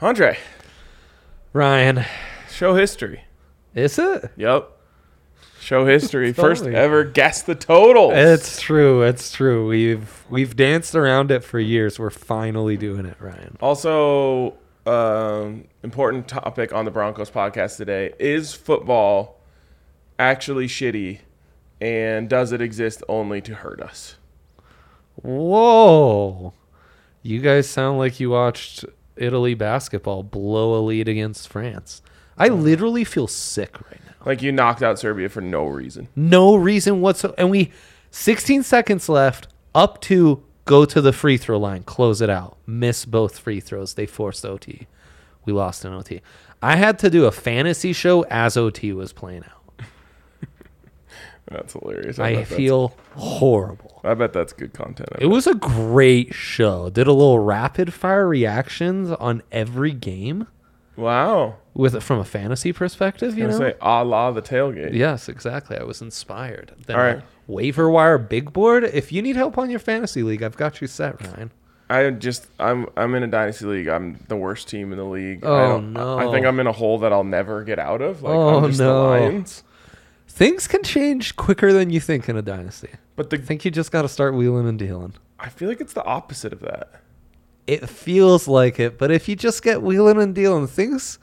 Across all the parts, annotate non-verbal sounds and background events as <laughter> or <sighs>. Andre, Ryan, show history. is it? Yep. Show history. First Totally. ever guess the total. It's true. It's true. We've we've danced around it for years. We're finally doing it, Ryan. also um, important topic on the Broncos podcast today is football actually shitty and does it exist only to hurt us? Whoa. You guys sound like you watched Italy basketball blow a lead against France. I literally feel sick right now. Like you knocked out Serbia for no reason. No reason whatsoever. And we 16 seconds left up to go to the free throw line, close it out. Miss both free throws. They forced OT. We lost in OT. I had to do a fantasy show as OT was playing out. That's hilarious. bet I that's- feel horrible. I bet that's good content. I It was a great show. Did a little rapid fire reactions on every game. bet. wow. with it from a fantasy perspective, you know. I was gonna say a la the tailgate. yes, exactly. I was inspired. Then All right. waiver wire big board. If you need help on your fantasy league, I've got you set, Ryan. I just I'm I'm in a dynasty league. I'm the worst team in the league. I Oh, don't- I I think no. I'm in a hole that I'll never get out of. Like oh I'm just the no, Lions. things can change quicker than you think in a dynasty. But the I think you just got to start wheeling and dealing. I feel like it's the opposite of that. It feels like it, but if you just get wheeling and dealing, things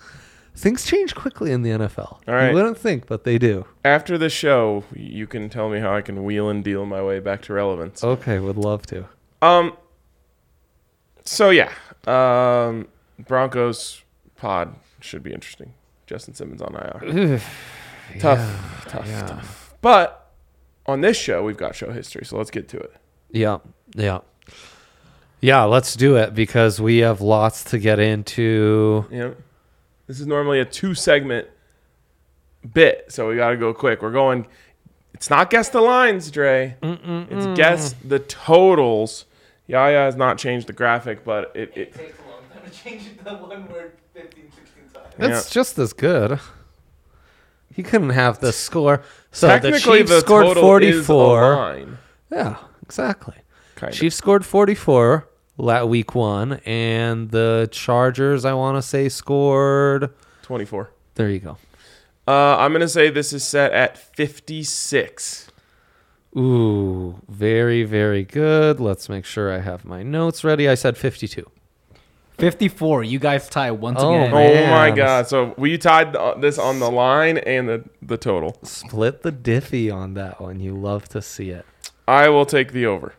things change quickly in the NFL. All right. You wouldn't think, but they do. After the show, you can tell me how I can wheel and deal my way back to relevance. Okay, would love to. Um. So yeah, um, Broncos pod should be interesting. Justin Simmons on IR. Tough, tough, yeah. tough. But on this show, we've got show history, so let's get to it. Yeah, yeah, yeah. Let's do it because we have lots to get into. Yeah. This is normally a two segment bit, so we got to go quick. We're going, it's not guess the lines, Dre. It's Hmm. guess the totals. Yaya has not changed the graphic, but it. it takes a long time to change it to one word 15, 16 times. That's just as good. You couldn't have the score. So the Chiefs scored total is a forty-four. line. Yeah, exactly. Kind of. Chiefs scored forty-four la week one, and the Chargers, I want to say, scored. 24. There you go. Uh, I'm going to say this is set at 56. Ooh, very, very good. Let's make sure I have my notes ready. I said fifty-two. 54. You guys tie once Oh, again. man. Oh my God. So we tied the, this on the line and the, the total. Split the diffy on that one. You love to see it. I will take the over.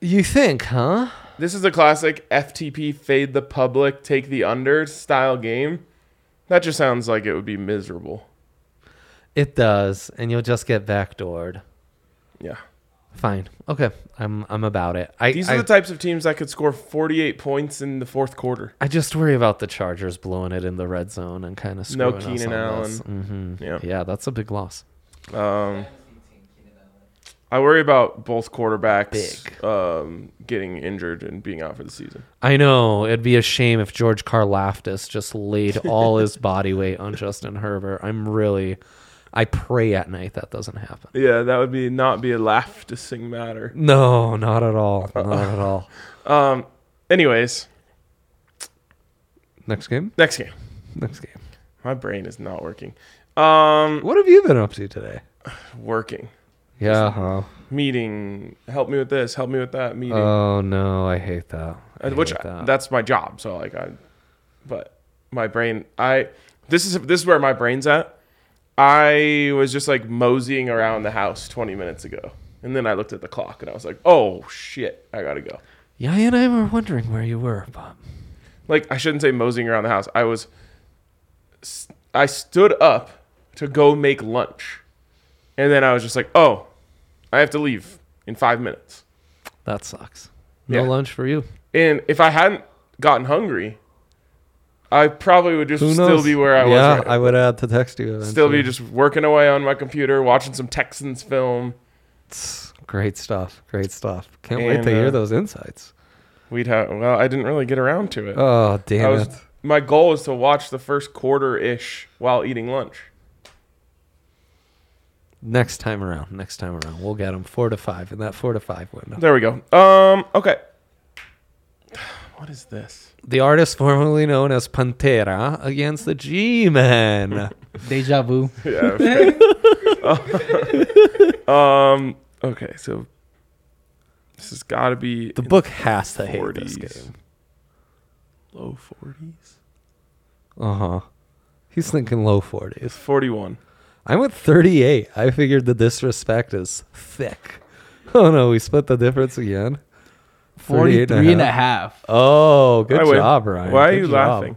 You think, huh? This is a classic FTP fade the public, take the under style game. That just sounds like it would be miserable. It does, and you'll just get backdoored. Yeah. Fine. Okay. I'm I'm about it. I These I, are the types of teams that could score 48 points in the fourth quarter. I just worry about the Chargers blowing it in the red zone and kind of No screwing Keenan us Allen. hmm Yeah. Yeah, that's a big loss. Um, I worry about both quarterbacks Big. um, getting injured and being out for the season. I know. It'd be a shame if George Karlaftis just <laughs> laid all his body weight on Justin Herbert. I'm really I pray at night that doesn't happen. Yeah, that would be not be a laugh to sing matter. No, not at all. Uh-uh. Not at <laughs> all. Um, anyways, Next game? next game. Next game. My brain is not working. Um, What have you been up to today? working. Yeah. huh. Meeting. Help me with this. Help me with that. Meeting. Oh no, I hate that. I Uh, which hate that. that's my job so like i but my brain i this is this is where my brain's at i was just like moseying around the house 20 minutes ago and then i looked at the clock and i was like oh shit i gotta go Yeah, and I were wondering where you were, but like i shouldn't say moseying around the house i was s- i stood up to go make lunch. And then I was just like, oh, I have to leave in five minutes. That sucks. No Yeah. lunch for you. And if I hadn't gotten hungry, I probably would just Who knows? still be where I Yeah, was. right I would have to text you. Eventually. still be just working away on my computer, watching some Texans film. Great stuff. Great stuff. Can't wait And, to hear uh, those insights. We'd have well, I didn't really get around to it. Oh I damn was it! my goal is to watch the first quarter ish while eating lunch. Next time around. Next time around, we'll get them four to five in that four to five window. There we go. Um, okay. <sighs> What is this? The artist formerly known as Pantera against the G-Men. Deja vu. Yeah. okay. um. Okay. So this has got to be The in book has to hate this 40s. game. Low forties. Uh huh. He's thinking low forties. Forty-one. I went 38. I figured the disrespect is thick. <laughs> Oh no, we split the difference again. 38 43 and a half. Oh, good I win. job, Ryan. Why are Good you job. laughing?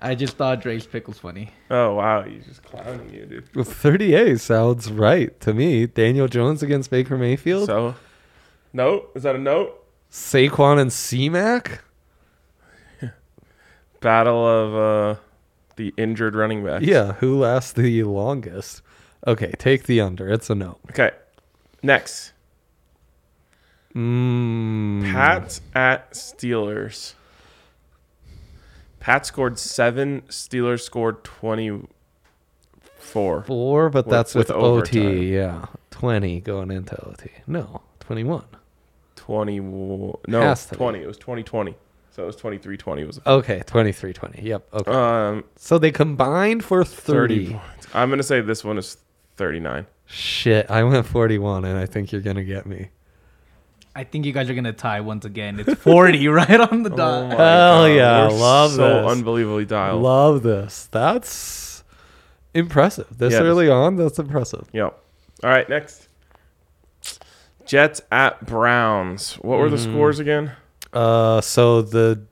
I just thought Drake's pickle's funny. Oh wow, he's just clowning you, dude. Well, 38 sounds right to me. Daniel Jones against Baker Mayfield, So, note is that a note? Saquon and C-Mac. <laughs> Battle of uh, the injured running back. Yeah, who lasts the longest? Okay, take the under. It's a no. Okay. Next, Mm, Pats at Steelers. Pat scored seven. Steelers scored twenty-four. four, but With- that's with, with overtime. OT. Yeah, 20 going into OT. No, 21. 20 no Has to be. 20 it was 2020 so it was 2320 was Okay, 23 20. Yep. Okay. um So they combined for 30. 30 points i'm gonna say this one is 39 Shit, I went 41 and I think you're going to get me. I think you guys are gonna tie once again. It's 40 <laughs> right on the Oh dot. my Hell yeah, We're love so this. unbelievably dialed Love this. That's impressive. This Yeah, this- early on, that's impressive. yep all right next jets at browns what were the Mm. scores again Uh so the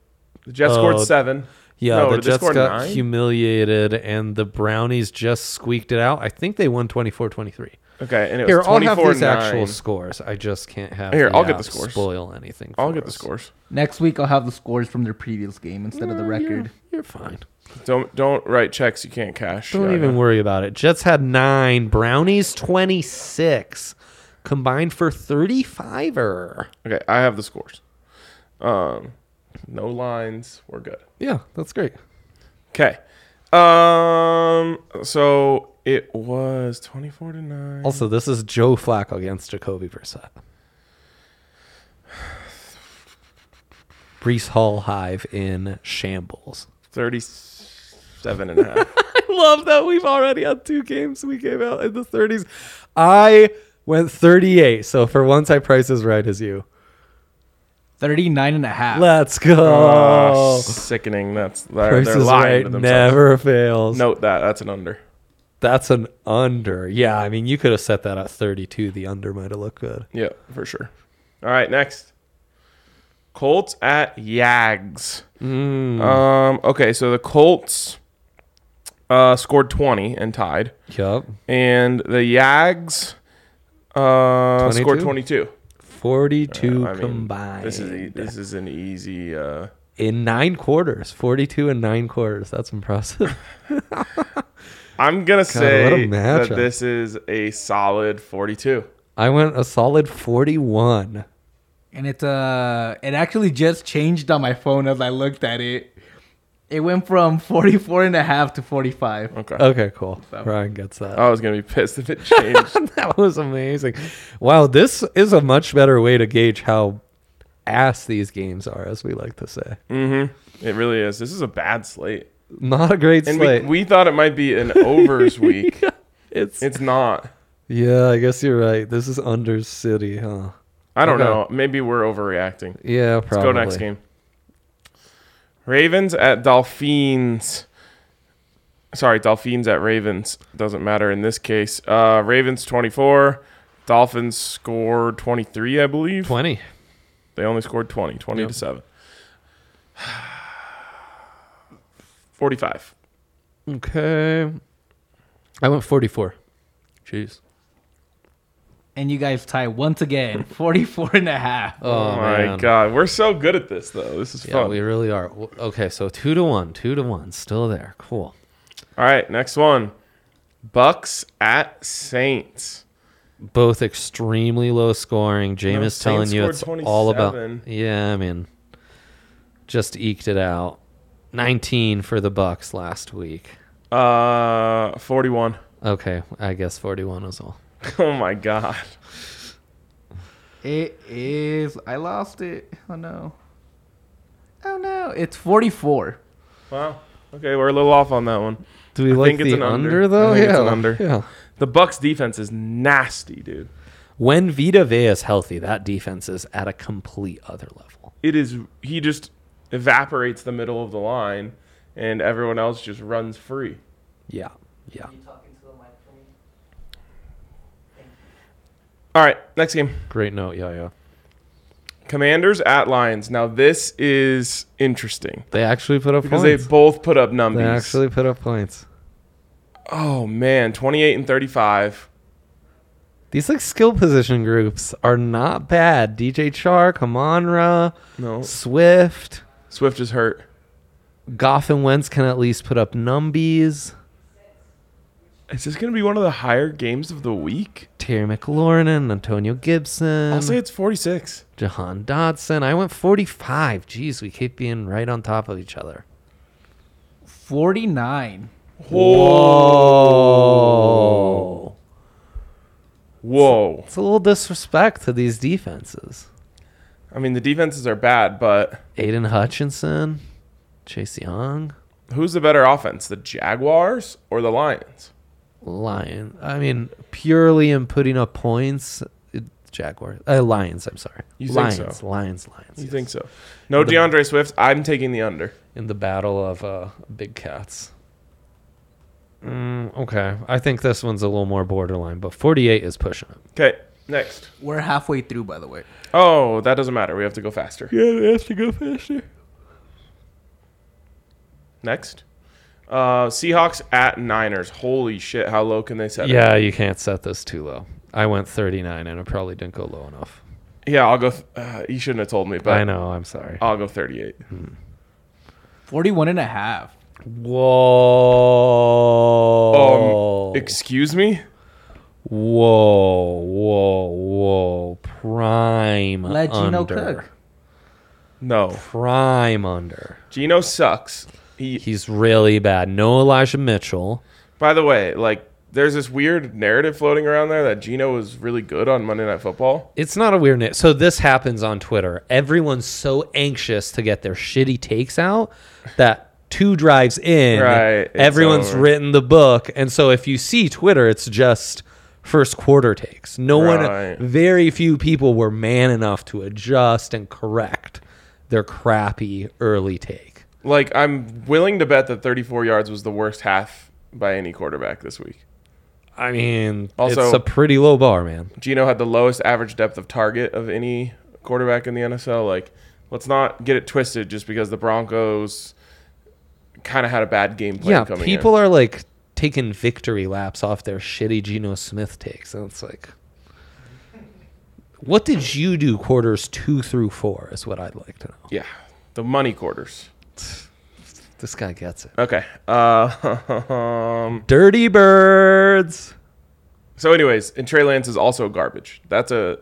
the jets Uh, scored seven yeah, No, the did they Jets score got nine? humiliated and the Brownies just squeaked it out. I think they won 24-23. okay and it Here, was I'll have 24 these 9 actual scores. I just can't have Here, the I'll get the app scores. spoil anything. i'll for get the us. scores Next week I'll have the scores from their previous game instead of the Mm, record. You're fine. don't don't write checks you can't cash Don't Yeah, even yeah. worry about it. Jets had nine, Brownies 26, combined for 35er. okay i have the scores um no lines we're good Yeah, that's great. Okay. Um. So it was twenty-four to nine. Also, this is Joe Flacco against Jacoby Brissett. <sighs> Brees Hall Hive in shambles. Thirty-seven and a half. <laughs> I love that we've already had two games we came out in the 30s. I went 38, so for once I price as right as you. 39 and a half. Let's go. Ah, sickening. That's they're, Oh. price they're is lying to right themselves. never fails. Note that. That's an under. That's an under. Yeah, I mean, you could have set that at 32. The under might have looked good. Yeah, for sure. All right, next. Colts at Yags. Hmm. Um. Okay, so the Colts uh scored twenty and tied, Yup. and the Yags uh scored 22? twenty-two. 42 I mean, combined. This is e- this is an easy. uh in nine quarters. 42 and nine quarters. That's impressive. <laughs> I'm gonna what a say that matchup. this is a solid 42. I went a solid 41. And it's uh it actually just changed on my phone as I looked at it. It went from 44 and a half to 45. Okay. Okay, cool. So- Ryan gets that. <laughs> <laughs> I was gonna be pissed if it changed. that was amazing. Wow, this is a much better way to gauge how ass these games are, as we like to say. mm-hmm. It really is. This is a bad slate. Not a great And slate. we, we thought it might be <laughs> an overs week. it's, It's not. yeah, I guess you're right. This is under city, huh? I don't Okay. know. Maybe we're overreacting. Yeah, probably. Let's go next game. Ravens at Dolphins. Sorry, Dolphins at Ravens. Doesn't matter in this case. Uh, Ravens 24. Dolphins scored 23, I believe. 20. They only scored 20, 20 to Yep. <sighs> 7. 45. Okay. I went 44. Jeez. And you guys tie once again, <laughs> 44 and a half. Oh, Oh, my man. god, we're so good at this though. This is Yeah, fun. we really are. W- Okay, so two to one, two to one, still there. Cool. All right, next one. Bucks at Saints. Both extremely low scoring. No, Jameis Saints telling you it's scored all about. 27. Yeah, I mean, just eked it out. 19 for the Bucks last week. Uh, forty-one. <laughs> Okay, I guess 41 was all. Oh my god. It is. I lost it. Oh no. Oh no. It's 44. Wow. Okay, we're a little off on that one. Do we I like think it's the an under, under. though? I think yeah. it's an under. Yeah. The Bucks defense is nasty, dude. When Vita Vea is healthy, that defense is at a complete other level. It is he just evaporates the middle of the line and everyone else just runs free. Yeah. Yeah. Are you talking to the mic for me? All right, next game. Great note, yeah, yeah. Commanders at Lions. Now this is interesting They actually put up because they points. both put up they numbers. actually put up points. oh man, 28 and 35. These like skill position groups are not bad. DJ Chark, Amonra, No. Swift, Swift is hurt. Goff and Wentz can at least put up numbies. Is this going to be one of the higher games of the week? Terry McLaurin, Antonio Gibson, I'll say it's 46. Jahan Dodson. I went 45. Jeez, we keep being right on top of each other. 49. Oh. Whoa. Whoa. Oh. It's a little disrespect to these defenses. I mean, the defenses are bad, but Aiden Hutchinson, Chase Young, who's the better offense, the Jaguars or the Lions? Lion. I mean, purely in putting up points, it, Jaguar. Uh, Lions, I'm sorry. You think Lions, so? Lions, Lions. You yes. think so? No The- DeAndre Swift. I'm taking the under. In the battle of uh, big cats. Mm, okay. I think this one's a little more borderline, but 48 is pushing it. Okay, next. We're halfway through, by the way. Oh, that doesn't matter. We have to go faster. Yeah, they have to go faster. Next. Uh, Seahawks at Niners. Holy shit, how low can they set it? Yeah, you can't set this too low. I went 39, and it probably didn't go low enough. Yeah, I'll go. Th- uh, you shouldn't have told me, but I know. I'm sorry. I'll go 38. 41 and a half. Whoa. Um, excuse me? whoa, whoa, whoa. Prime Let Gino under. cook. No. Prime under. Gino sucks. He, He's really bad. No Elijah Mitchell. by the way, like, there's this weird narrative floating around there that Gino was really good on Monday Night Football. It's not a weird name. So this happens on Twitter. Everyone's so anxious to get their shitty takes out that two drives in, Right, it's everyone's over. written the book. And so if you see Twitter, it's just first quarter takes. No Right. one, very few people were man enough to adjust and correct their crappy early take. Like, I'm willing to bet that 34 yards was the worst half by any quarterback this week. I mean, Also- it's a pretty low bar, man. Gino had the lowest average depth of target of any quarterback in the NSL. Like, let's not get it twisted just because the Broncos kind of had a bad game plan yeah, coming people are like taking victory laps off their shitty Geno Smith takes, and it's like, what did you do quarters two through four? Is what I'd like to know. in. Yeah, the money quarters. This guy gets it. Okay. Uh, <laughs> um, Dirty birds. so, anyways, and Trey Lance is also garbage. That's a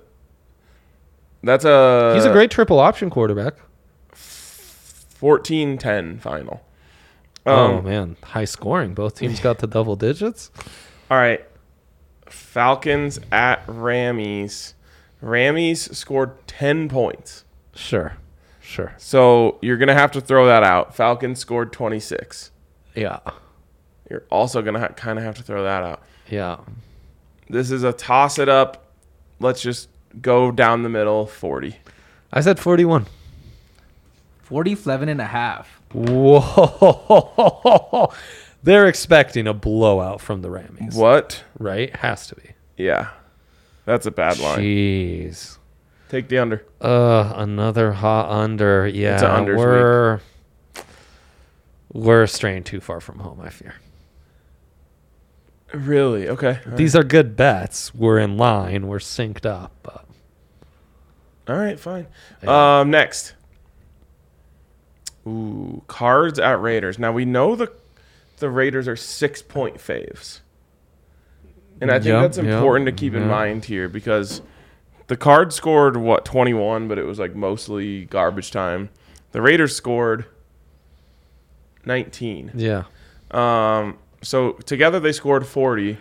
that's a He's a great triple option quarterback. 14-10 final. Um, oh man, high scoring. Both teams got the double digits. All right. Falcons at Rammies. Rammies scored 10 points. Sure, sure. So you're gonna have to throw that out. Falcons scored 26. Yeah, You're also gonna ha- kind of have to throw that out. yeah. This is a toss it up. Let's just go down the middle. 40. I said forty-one. 47 and a half. Whoa! <laughs> They're expecting a blowout from the Rammies, What? right? Has to be. Yeah, that's a bad line. Jeez. Take the under. Uh, another hot under. Yeah, It's a unders we're we're straying too far from home. I fear. Really? Okay. All These are good bets. We're in line. We're synced up. But right. All right, fine. Yeah. Um, next. Ooh, cards at Raiders. Now we know the the Raiders are six point faves, and I think Yep, that's yep, important to keep in yep. mind here because the Cards scored what twenty one, but it was like mostly garbage time. The Raiders scored nineteen. yeah, Um, so together they scored 40,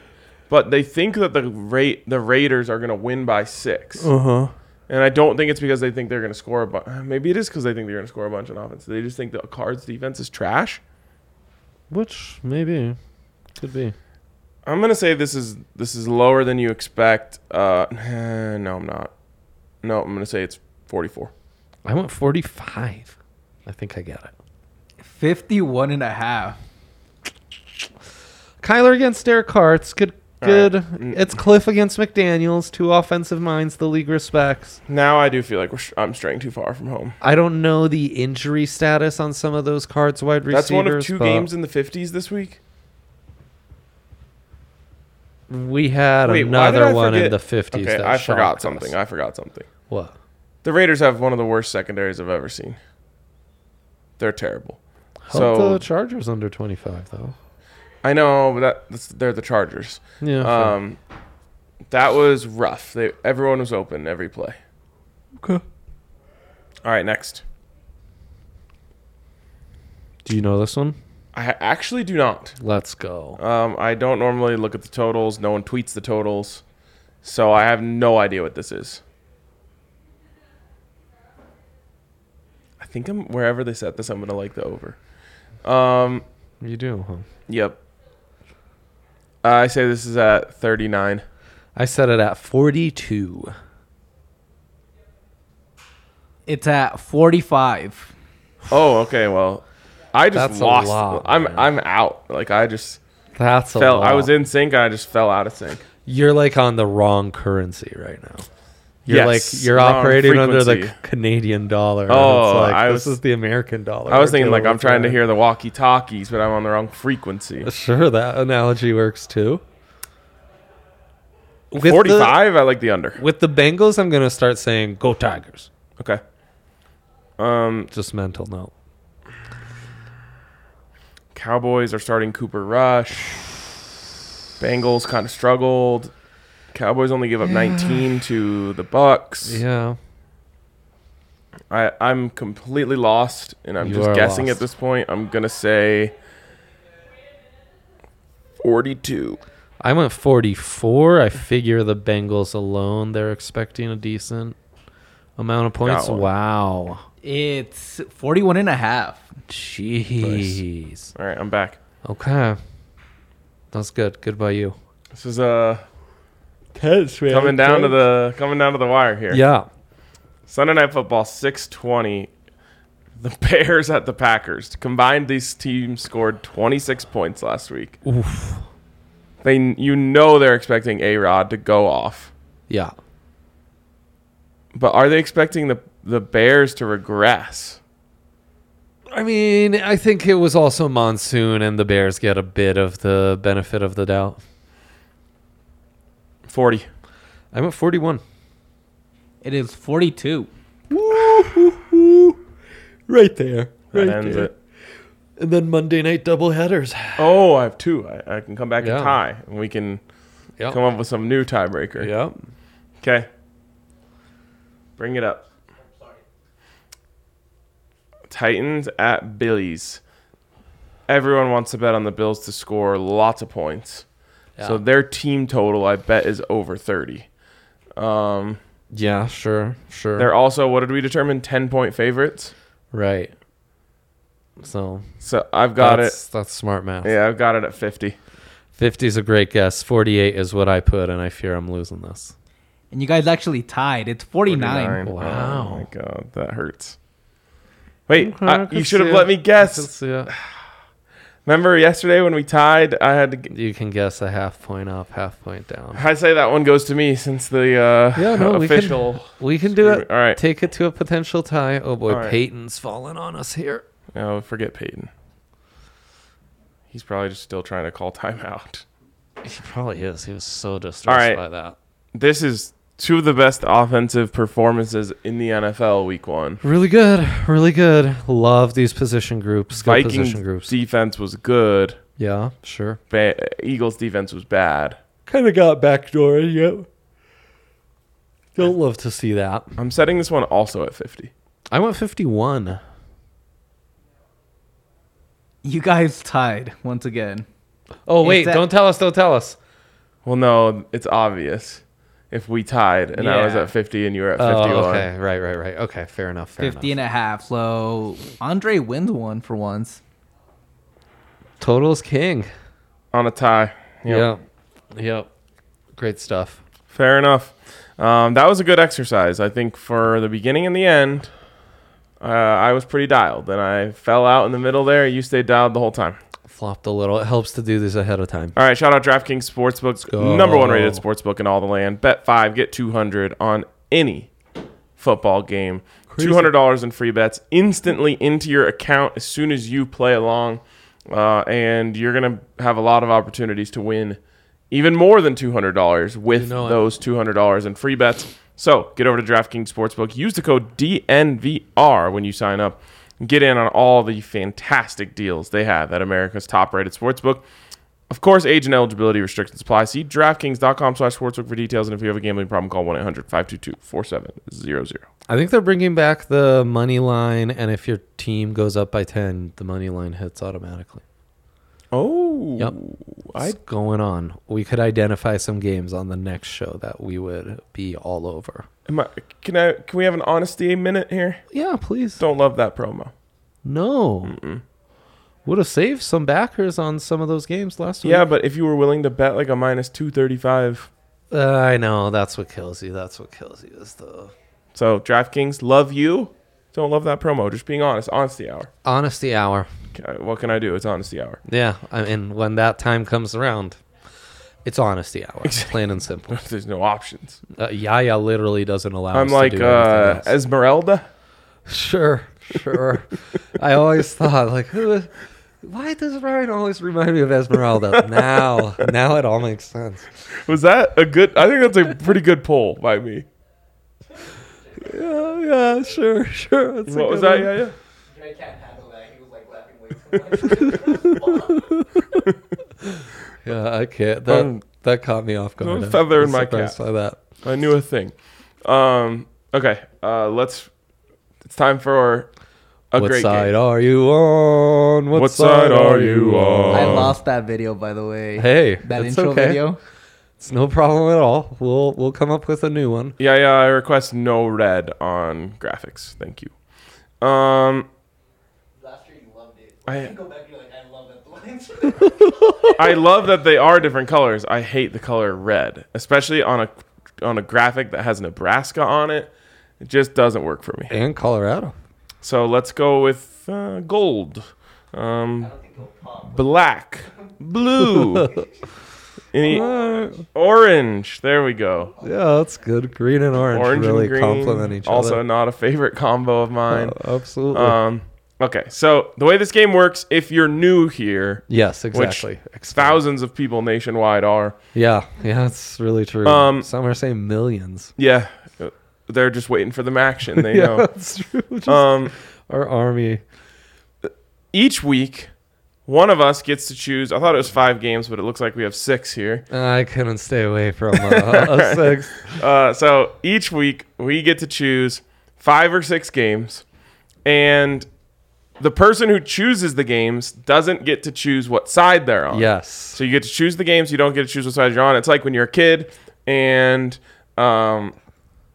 but they think that the rate the Raiders are going to win by 6 huh. and I don't think it's because they think they're going to score a bunch. <sighs> Maybe it is because they think they're going to score a bunch on offense. They just think the Cards defense is trash. Which maybe could be. I'm going to say this is this is lower than you expect. Uh, <sighs> no, I'm not. No, I'm going to say it's 44. I went 45. I think I got it. 51 and a half. Kyler against Derek Carr. It's good. All right. Good. Mm. It's Cliff against McDaniel's. Two offensive minds the league respects. Now I do feel like we're, sh- I'm straying too far from home. I don't know the injury status on some of those cards wide receivers. That's one of two but games in the 50s this week. We had Wait, why did another I one in forget- the 50s. Okay, that I shocked forgot us. something. I forgot something. What? The Raiders have one of the worst secondaries I've ever seen. They're terrible. Helped So- the Chargers under 25 though. I know, but that, that's, they're the Chargers. Yeah. fair. Um, that was rough. They, everyone was open every play. Okay. All right, next. Do you know this one? I ha- actually do not. Let's go. Um, I don't normally look at the totals. No one tweets the totals, so I have no idea what this is. I think I'm wherever they set this. I'm gonna like the over. Um, You do, huh? Yep. I say this is at 39. I set it at 42. It's at 45. Oh, okay. Well, I just That's a lost. lot, I'm man. I'm out. Like I just That's a fell. I lot. was in sync. and I just fell out of sync. You're like on the wrong currency right now. You're Yes, like you're wrong operating under the frequency. C- Canadian dollar. and Oh, it's like, I this was- is the American dollar. I was we're thinking like dealing I'm with trying to here. hear the walkie talkies, but I'm on the wrong frequency. <laughs> Sure, that analogy works too. With the- 45. I like the under. with the Bengals, I'm gonna start saying "Go Tigers." Okay. Um, Just mental note. Cowboys are starting Cooper Rush. Bengals kind of struggled. Cowboys only give up 19 to the Bucks. Yeah, I, I'm completely lost, and I'm You just are guessing lost. at this point. I'm gonna say forty-two. I went 44. I figure the Bengals alone, they're expecting a decent amount of points. Got one. Wow, It's 41 and a half. jeez. All right, I'm back. Okay, that's good. Good by you. This is uh Tense, man. coming down to the coming down to the wire here. yeah. Sunday night football, six twenty. The <laughs> Bears at the Packers. Combined, these teams scored twenty-six points last week. Oof. They, you know, they're expecting A Rod to go off, Yeah. but are they expecting the the Bears to regress? I mean, I think it was also monsoon, and the Bears get a bit of the benefit of the doubt. Forty. I'm at 41. It is 42. Right there. That ends it. And then Monday night doubleheaders. Oh, I have two. I, I can come back Yeah. and tie, and we can Yep. come up with some new tiebreaker. Yep. Okay. Bring it up. Titans at Billies. Everyone wants to bet on the Bills to score lots of points. So Yeah. their team total, I bet, is over 30. Um, Yeah, sure. Sure. they're also, what did we determine? 10 point favorites. right. So So I've got that's, That's smart math. it. Yeah, I've got it at 50. 50 is a great guess. 48 is what I put, and I fear I'm losing this. And you guys actually tied. It's 49. 49. Wow. Oh my god, that hurts. Wait, Okay, I I, can you should have see it. let me I can guess. see it. Remember yesterday when we tied, I had to g- You can guess a half point up, half point down. I say that one goes to me since the uh Yeah, no, we can official. We can do it. All right. Take it to a potential tie. Oh boy, All right. Peyton's falling on us here. Oh, forget Peyton. He's probably just still trying to call timeout. He probably is. He was so distressed All right. by that. This is two of the best offensive performances in the NFL week one. Really good. Really good. Love these position groups. Good Vikings position groups. defense was good. yeah, sure. Ba- Eagles defense was bad. Kind of got backdoor. Yep. Don't love to see that. I'm setting this one also at 50. I went 51. You guys tied once again. Oh, Is wait. that- don't tell us. Don't tell us. Well, no, it's obvious. If we tied and I was Yeah. at 50 and you were at 51. Oh, okay. Right, right, right. Okay. Fair enough. Fair 50 enough. and a half. So Andre wins one for once. Totals king. On a tie. Yep. Yep. Yep. Great stuff. Fair enough. Um, that was a good exercise. I think for the beginning and the end, uh, I was pretty dialed, and I fell out in the middle there. You stayed dialed the whole time. Flopped a little. It helps to do this ahead of time. All right, shout out DraftKings Sportsbook, go. number one rated sportsbook in all the land. Bet five, get two hundred on any football game. Two hundred dollars in free bets instantly into your account as soon as you play along, uh, and you're gonna have a lot of opportunities to win even more than two hundred dollars with know it. those two hundred dollars in free bets. So get over to DraftKings Sportsbook. Use the code DNVR when you sign up. Get in on all the fantastic deals they have at America's top-rated sportsbook. Of course, age and eligibility restrictions apply. See DraftKings.com slash sportsbook for details. And if you have a gambling problem, call 1-800-522-4700. I think they're bringing back the money line, and if your team goes up by 10, the money line hits automatically. Oh. Yep. I, What's going on? We could identify some games on the next show that we would be all over. am I- can I can we have an honesty minute here? Yeah, please. Don't love that promo. No. Would have saved some backers on some of those games last week. Yeah, but if you were willing to bet like a minus 235. Uh, I know. That's what kills you. That's what kills you is the So DraftKings, love you. Don't love that promo. Just being honest. Honesty hour. honesty hour. Ca- What can I do? It's honesty hour. <laughs> Yeah. I mean, when that time comes around, it's honesty hour. Plain and simple. There's no options. Uh, Yaya literally doesn't allow I'm us like to do anything uh, else. Esmeralda. Sure, sure. I always thought, like, who? Why does Ryan always remind me of Esmeralda? now, now it all makes sense. <laughs> Was that a good? I think that's a pretty good poll by me. Yeah, yeah, Uh, sure, sure. that's a What was good that? one. Yeah, yeah. Dre can't handle that. He was like laughing way <laughs> too much. Yeah, I can't. That Um, that caught me off guard. a feather I in was my surprised cap. by that. I knew a thing. Um, okay, uh, let's. It's time for a what great side game. are you on? What, What side, are you on? I Oh. lost that video, by the way. Hey, that it's intro okay. video. It's no problem at all. We'll we'll come up with a new one. Yeah, yeah. I request no red on graphics. Thank you. Um, Last year you loved it. I- I go back and you're like, I love that the lines. I love that they are different colors. I hate the color red, especially on a on a graphic that has Nebraska on it. It just doesn't work for me. And Colorado. So let's go with uh, gold. Um, I don't think it'll pop. black, <laughs> blue, any orange. There we go. Yeah, that's good. Green and orange, Orange really and green. complement each also other. not a favorite combo of mine. Oh, absolutely. um, okay, so the way this game works, if you're new here, yes, exactly. which Explain. thousands of people nationwide are, Yeah, yeah, that's really true. Um, Some are saying millions. yeah, they're just waiting for the action. <laughs> They yeah, know. that's true. Just Um, our army. each week, one of us gets to choose. I thought it was five games, but it looks like we have six here. I couldn't stay away from uh, <laughs> a six. Uh, so each week we get to choose five or six games, and the person who chooses the games doesn't get to choose what side they're on. Yes. So you get to choose the games. You don't get to choose what side you're on. It's like when you're a kid and um,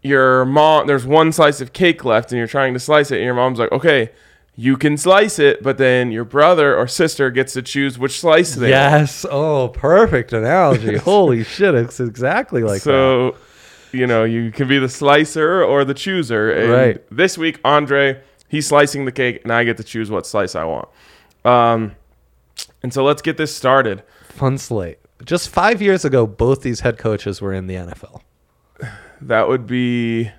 your mom. There's one slice of cake left, and you're trying to slice it, and your mom's like, "Okay, you can slice it," but then your brother or sister gets to choose which slice they. want. Yes. Oh, perfect <laughs> analogy. Holy shit! It's exactly like that. so you know you can be the slicer or the chooser and Right. this week andre he's slicing the cake and i get to choose what slice i want um, and so let's get this started Fun slate. Just five years ago, both these head coaches were in the NFL. that would be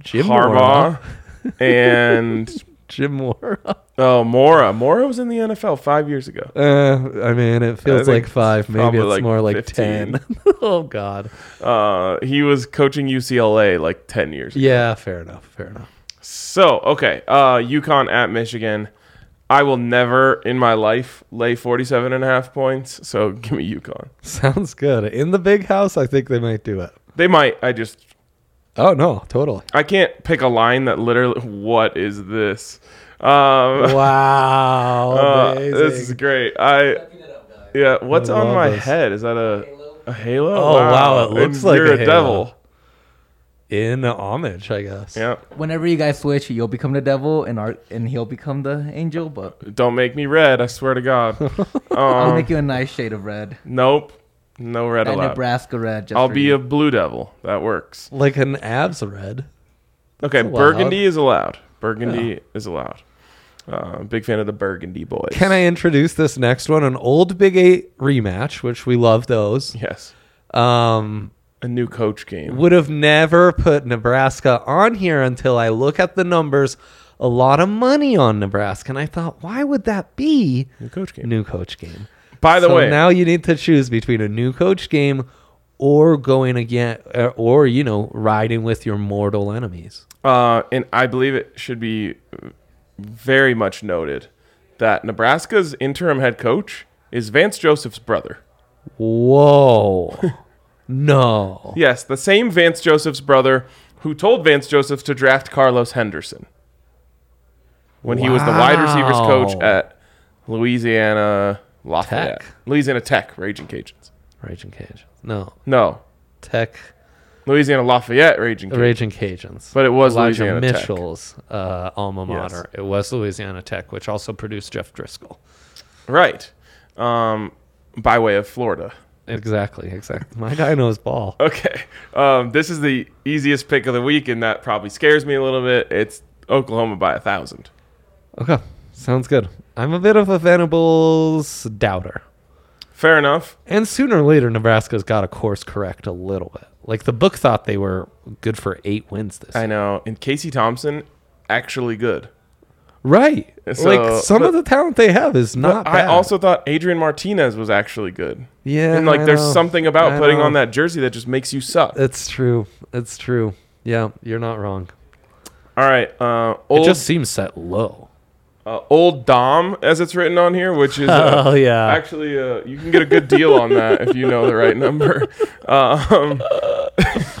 Jim Mora, harbaugh <laughs> and Jim Mora. Oh, Mora. Mora was in the NFL five years ago. <laughs> Uh, I mean, it feels think like five. Maybe probably it's like more like 15. ten. <laughs> oh God. Uh, he was coaching UCLA like ten years ago. Yeah, fair enough. Fair enough. So, okay, uh, UConn at Michigan. I will never in my life lay 47 and a half points, so <laughs> give me UConn. Sounds good. In the big house, I think they might do it. They might. I just, Oh no, totally. I can't pick a line that literally, what is this? <laughs> <laughs> Um, Wow. <laughs> uh, amazing. this is great. I, Stepping it up, guys. yeah, what's I on love my this. head? Is that a, Halo. a halo? Oh, wow, it looks like you're a a, halo. devil. in homage, I guess. Yeah. <laughs> Whenever you guys switch, you'll become the devil, and our, and he'll become the angel. But Don't make me red, I swear <laughs> to God. I'll Um, make you a nice shade of red, nope. No red that allowed. Nebraska red. Just I'll for be you. a blue devil. That works. Like an abs red. Okay, That's allowed. burgundy is allowed. Burgundy is allowed. Uh, big fan of the burgundy boys. Can I introduce this next one? An old Big Eight rematch, which we love those. Yes. Um, A new coach game. would have never put Nebraska on here until I look at the numbers. A lot of money on Nebraska, and I thought, why would that be? New coach game. New coach game. By the So way, now you need to choose between a new coach game or going again, uh, or you know, riding with your mortal enemies. uh, and I believe it should be very much noted that Nebraska's interim head coach is Vance Joseph's brother. <laughs> Whoa, no, Yes, the same Vance Joseph's brother who told Vance Joseph to draft Carlos Henderson when he was the wide receivers coach Wow. at Louisiana Lafayette, Tech? Louisiana Tech Raging Cajuns. Raging Cage, no No, Tech, Louisiana Lafayette Raging Cajuns. Raging Cajuns. But it was Elijah Louisiana Tech. Mitchell's uh, alma mater. It was Louisiana Tech, which also produced Jeff Driscoll. Right. Um, by way of Florida. <laughs> Exactly, exactly. My guy knows ball. Okay. Um, this is the easiest pick of the week, and that probably scares me a little bit. It's Oklahoma by a thousand. Okay, sounds good. I'm a bit of a Venables doubter. Fair enough. And sooner or later, Nebraska's got to course correct a little bit. Like the book thought they were good for eight wins this I year. know. And Casey Thompson, actually good. Right. So- like some of the talent they have is not But I bad. also thought Adrian Martinez was actually good. yeah. And like, I there's know. something about I putting know. on that jersey that just makes you suck. It's true. It's true. Yeah, you're not wrong. All right. Uh, old it just seems set low. uh, old Dom, as it's written on here, <laughs> which is uh, Oh yeah. Actually, uh, you can get a good deal on that if you know the <laughs> right number. Um, <laughs>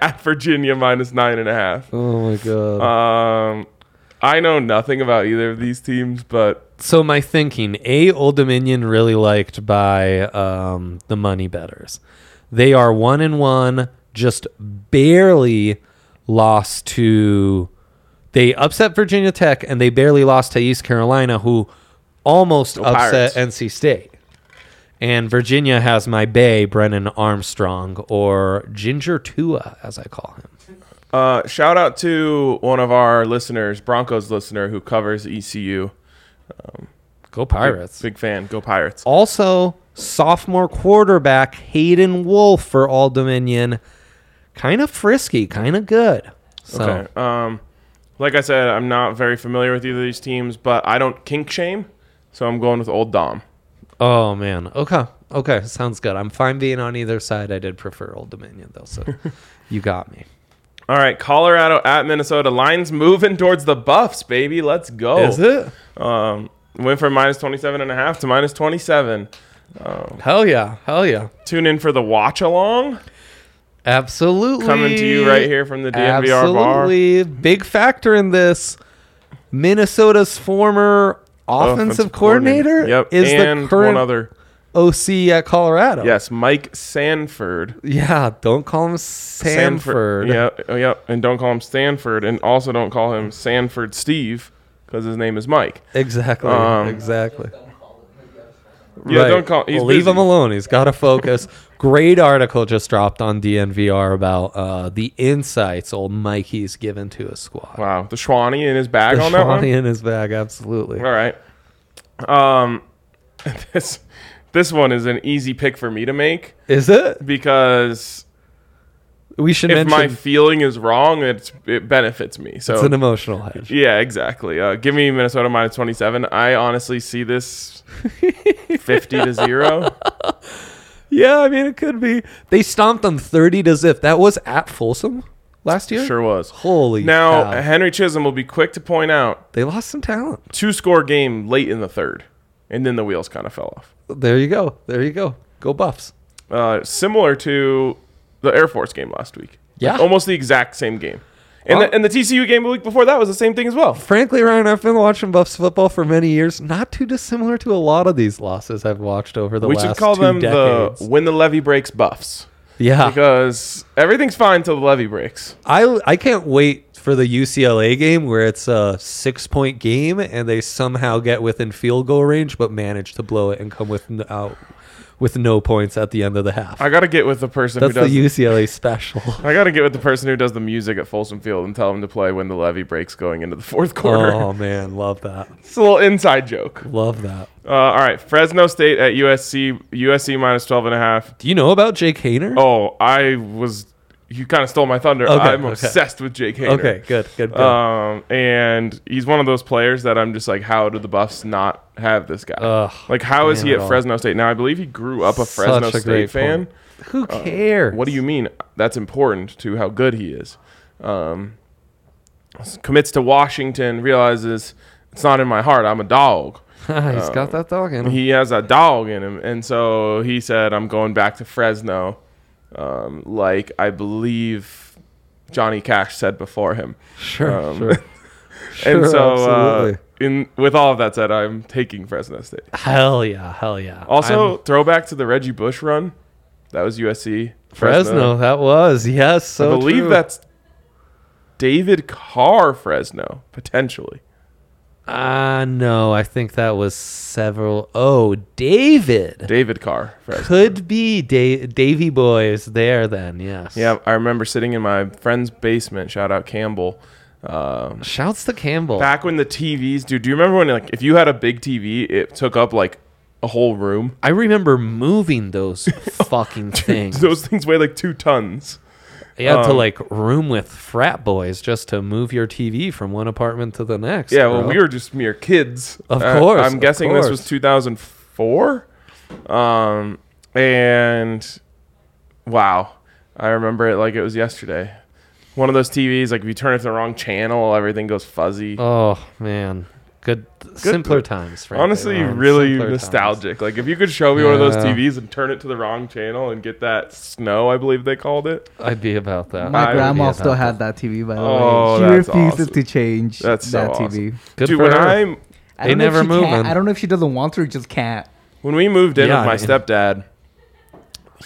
at Virginia minus nine and a half. oh my god. Um, I know nothing about either of these teams, but so my thinking a old dominion really liked by um, the money betters they are one and one just barely lost to they upset virginia tech and they barely lost to east carolina who almost upset Pirates. nc state and virginia has my bay brennan armstrong or ginger tua as i call him uh, shout out to one of our listeners, Broncos listener, who covers ECU. go pirates Big fan. Go Pirates. Also, sophomore quarterback Hayden Wolf for All Dominion. Kind of frisky, kind of good. So, Okay. Um, like I said, I'm not very familiar with either of these teams, but I don't kink shame, so I'm going with old Dom. oh man. Okay. Okay. Sounds good. I'm fine being on either side. I did prefer Old Dominion though, so <laughs> you got me. All right, Colorado at Minnesota. Lines moving towards the Buffs, baby. Let's go. it? Um, went from minus 27 and a half to minus 27. Hell yeah. Hell yeah. Tune in for the watch along Absolutely. coming to you right here from the DNVR bar. Absolutely. Big factor in this. Minnesota's former offensive, coordinator, Oh, Yep. is and the current one other. OC at Colorado. Yes, Mike Sanford. Yeah, don't call him Sanford. Yep. oh, Yep. And don't call him Stanford. And also don't call him Sanford Steve because his name is Mike. Exactly. Um, exactly. Don't call it. Maybe I was wrong. Yeah, don't call. He's Leave busy. him alone. He's got to focus. <laughs> Great article just dropped on DNVR about uh, the insights old Mikey's given to his squad. Wow. The Schwanny in his bag The on that one? Shawnee in his bag, absolutely. All right. Um, <laughs> this this one is an easy pick for me to make Is it? because we should if mention my feeling is wrong, it's it benefits me. So it's an <laughs> emotional hedge. Yeah, exactly. Uh, give me Minnesota minus 27. I honestly <laughs> see this 50 to 0. Yeah, I mean it could be. They stomped them thirty to zip. That was at Folsom last year. Sure was. Holy Now, eh, cow. Henry Chisholm will be quick to point out they lost some talent. two score game late in the third, and then the wheels kind of fell off. There you go. There you go. Go Buffs. Uh, similar to the Air Force game last week. Yeah. almost the exact same game. And, Well- the, and the TCU game the week before that was the same thing as well. Frankly, Ryan, I've been watching Buffs football for many years. Not too dissimilar to a lot of these losses I've watched over the we last should call two them decades. the when the levy breaks buffs yeah. because everything's fine till the levy breaks. I I can't wait for the UCLA game where it's a six point game and they somehow get within field goal range but manage to blow it and come with no, out with no points at the end of the half. I gotta get with the person That's who the does UCLA <laughs> special. I gotta get with the person who does the music at Folsom Field and tell him to play when the levy breaks going into the fourth quarter. oh man, love that, It's a little inside joke. love that. Uh, all right, Fresno State at USC. USC minus 12 and a half. Do you know about Jake Hayner? Oh, I was. You kind of stole my thunder. Okay, I'm okay. obsessed with Jake Hayner. okay, good, good, good. Um, and he's one of those players that I'm just like, how do the Buffs not have this guy? Ugh, like, how is man, he at at all. Fresno State? Now, I believe he grew up a Fresno Such a State great fan. point. Who cares? uh, What <laughs> do you mean? That's important to how good he is. Um, s- commits to Washington, realizes it's not in my heart. I'm a dog. Ah, He's got that dog in him. Uh, He has a dog in him, and so he said, "I'm going back to Fresno." Um, like I believe Johnny Cash said before him. sure, um, sure, <laughs> and <laughs> Sure, so, uh, absolutely. in with all of that said, I'm taking Fresno State. hell yeah, hell yeah. Also, I'm- throwback to the Reggie Bush run. That was USC. Fresno, that was yes. So I believe true. that's David Carr Fresno, potentially. Ah, no, I think that was several. Oh, David. David Carr <laughs> Fresno. Could be da- Davy Boy is there then, yes. Yeah, I remember sitting in my friend's basement. Shout out Campbell. Um, Shouts to Campbell. back when the TVs, dude, do you remember when like if you had a big TV, it took up like a whole room? <laughs> I remember moving those fucking things. Those things weigh like two tons. You had to um, like room with frat boys just to move your TV from one apartment to the next. Yeah, well, bro. we were just mere kids. Uh, Of course, I'm of guessing this course. was 2004. Um, and wow, I remember it like it was yesterday. One of those TVs, like if you turn it to the wrong channel, everything goes fuzzy. Oh man, good, simpler times. Frankly, Honestly, Ryan. really Simpler times. nostalgic. Like if you could show me one of those Yeah. TVs and turn it to the wrong channel and get that snow, I believe they called it. I'd be about that. I My would be grandma about still that. had that TV, by the Oh, way. She that's refuses awesome. to change That's so that TV. Good Dude, for when her. I'm I They don't know if never she move, can't- man. I don't know if she doesn't want to or just can't. When we moved in Yeah, with my I- stepdad,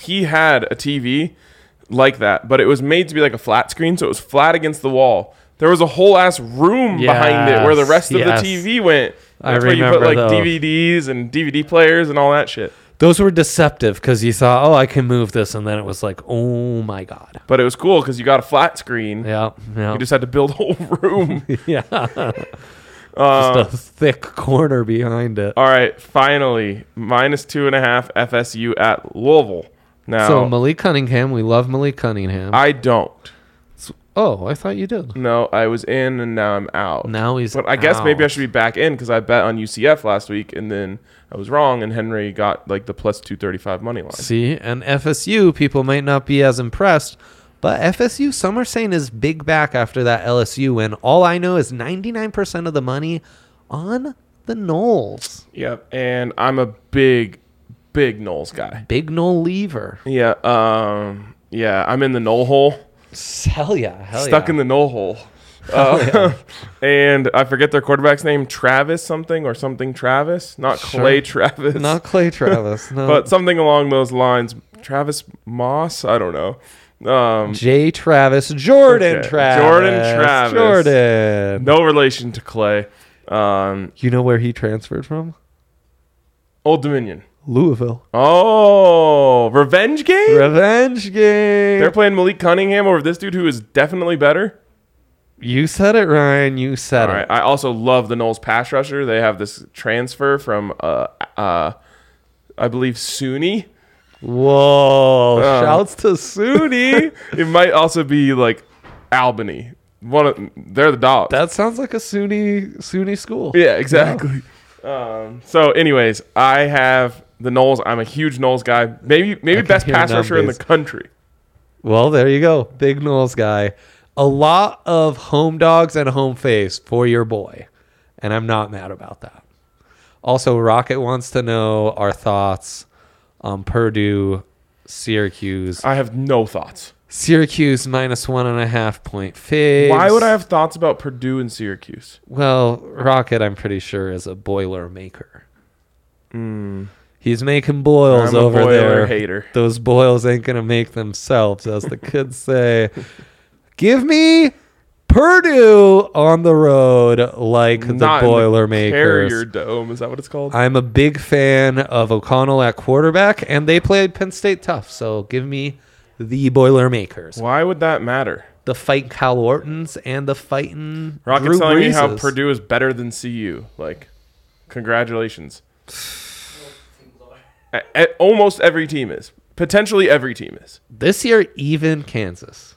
he had a TV like that, but it was made to be like a flat screen, so it was flat against the wall. There was a whole ass room behind it where the Yes, rest of yes. the TV went. I That's where you put remember like those. DVDs and DVD players and all that shit. Those were deceptive because you thought, oh, I can move this, and then it was like, oh my god. But it was cool because you got a flat screen. Yeah, yeah, You just had to build a whole <laughs> room. <laughs> Um, yeah. Uh, <laughs> just a thick corner behind it. all right, finally, minus two and a half FSU at Louisville. Now, So Malik Cunningham, we love Malik Cunningham. I don't. oh, I thought you did. No, I was in and now I'm out. Now he's. But I guess maybe I out. should be back in because I bet on UCF last week and then I was wrong and Henry got like the plus 235 money line. See, and FSU people might not be as impressed, but FSU some are saying is big back after that LSU win. All I know is ninety nine percent of the money on the Knowles. Yep. And I'm a big, big Knowles guy. Big Knoll lever. Yeah. Um, yeah. I'm in the Knoll hole. Hell yeah! Hell stuck yeah. in the <laughs> Knoll hole. Uh, <laughs> and I forget their quarterback's name, Travis something or something Travis, not Sure. Clay Travis, Not Clay Travis. No. <laughs> but something along those lines. Travis Moss, I don't know. Um, Jay Travis, Jordan Okay. Travis, Jordan Travis. Jordan. no relation to Clay. Um, You know where he transferred from? Old Dominion. Louisville. Oh, revenge game? Revenge game. They're playing Malik Cunningham over this dude who is definitely better. you said it, Ryan. You said All it. right. I also love the Knowles pass rusher. They have this transfer from, uh, uh, I believe, SUNY. Whoa! Oh. Shouts to Suni. <laughs> It might also be like Albany. One of they're the dogs. that sounds like a SUNY SUNY school. yeah, exactly. Um, so, anyways, I have the Knowles. I'm a huge Knowles guy. Maybe maybe I can best hear pass rusher in the numbers. country. Well, there you go, big Knowles guy. A lot of home dogs and home face for your boy, and I'm not mad about that. Also, Rocket wants to know our thoughts on Purdue, Syracuse. I have no thoughts. Syracuse minus one and a half point faves. Why would I have thoughts about Purdue and Syracuse? Well, Rocket, I'm pretty sure, is a boiler maker. Hmm. He's making boils I'm a over boiler there. hater. Those boils ain't gonna make themselves, as the kids say. Give me Purdue on the road, like Not the in Boilermakers. Carrier Dome is that what it's called? I'm a big fan of O'Connell at quarterback, and they played Penn State tough. So give me the Boilermakers, Why would that matter? the fight Cal Ortons, and the fighting Rocket's Drew telling me how Breeses. Purdue is better than CU. Like, congratulations. A- a- almost every team is. Potentially every team is. this year, even Kansas.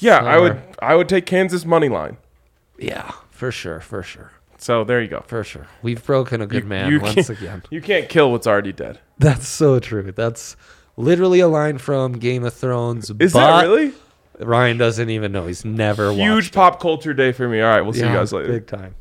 Yeah, I would. Somewhere. I would take Kansas money line. Yeah, for sure, for sure, So there you go. for sure. We've broken a good man you once can't- again. You can't kill what's already dead. That's so true. That's literally a line from Game of Thrones. Is but that really Ryan doesn't even know. He's never huge watched. pop culture day for me? All right, we'll see Yeah, you guys later. Big time.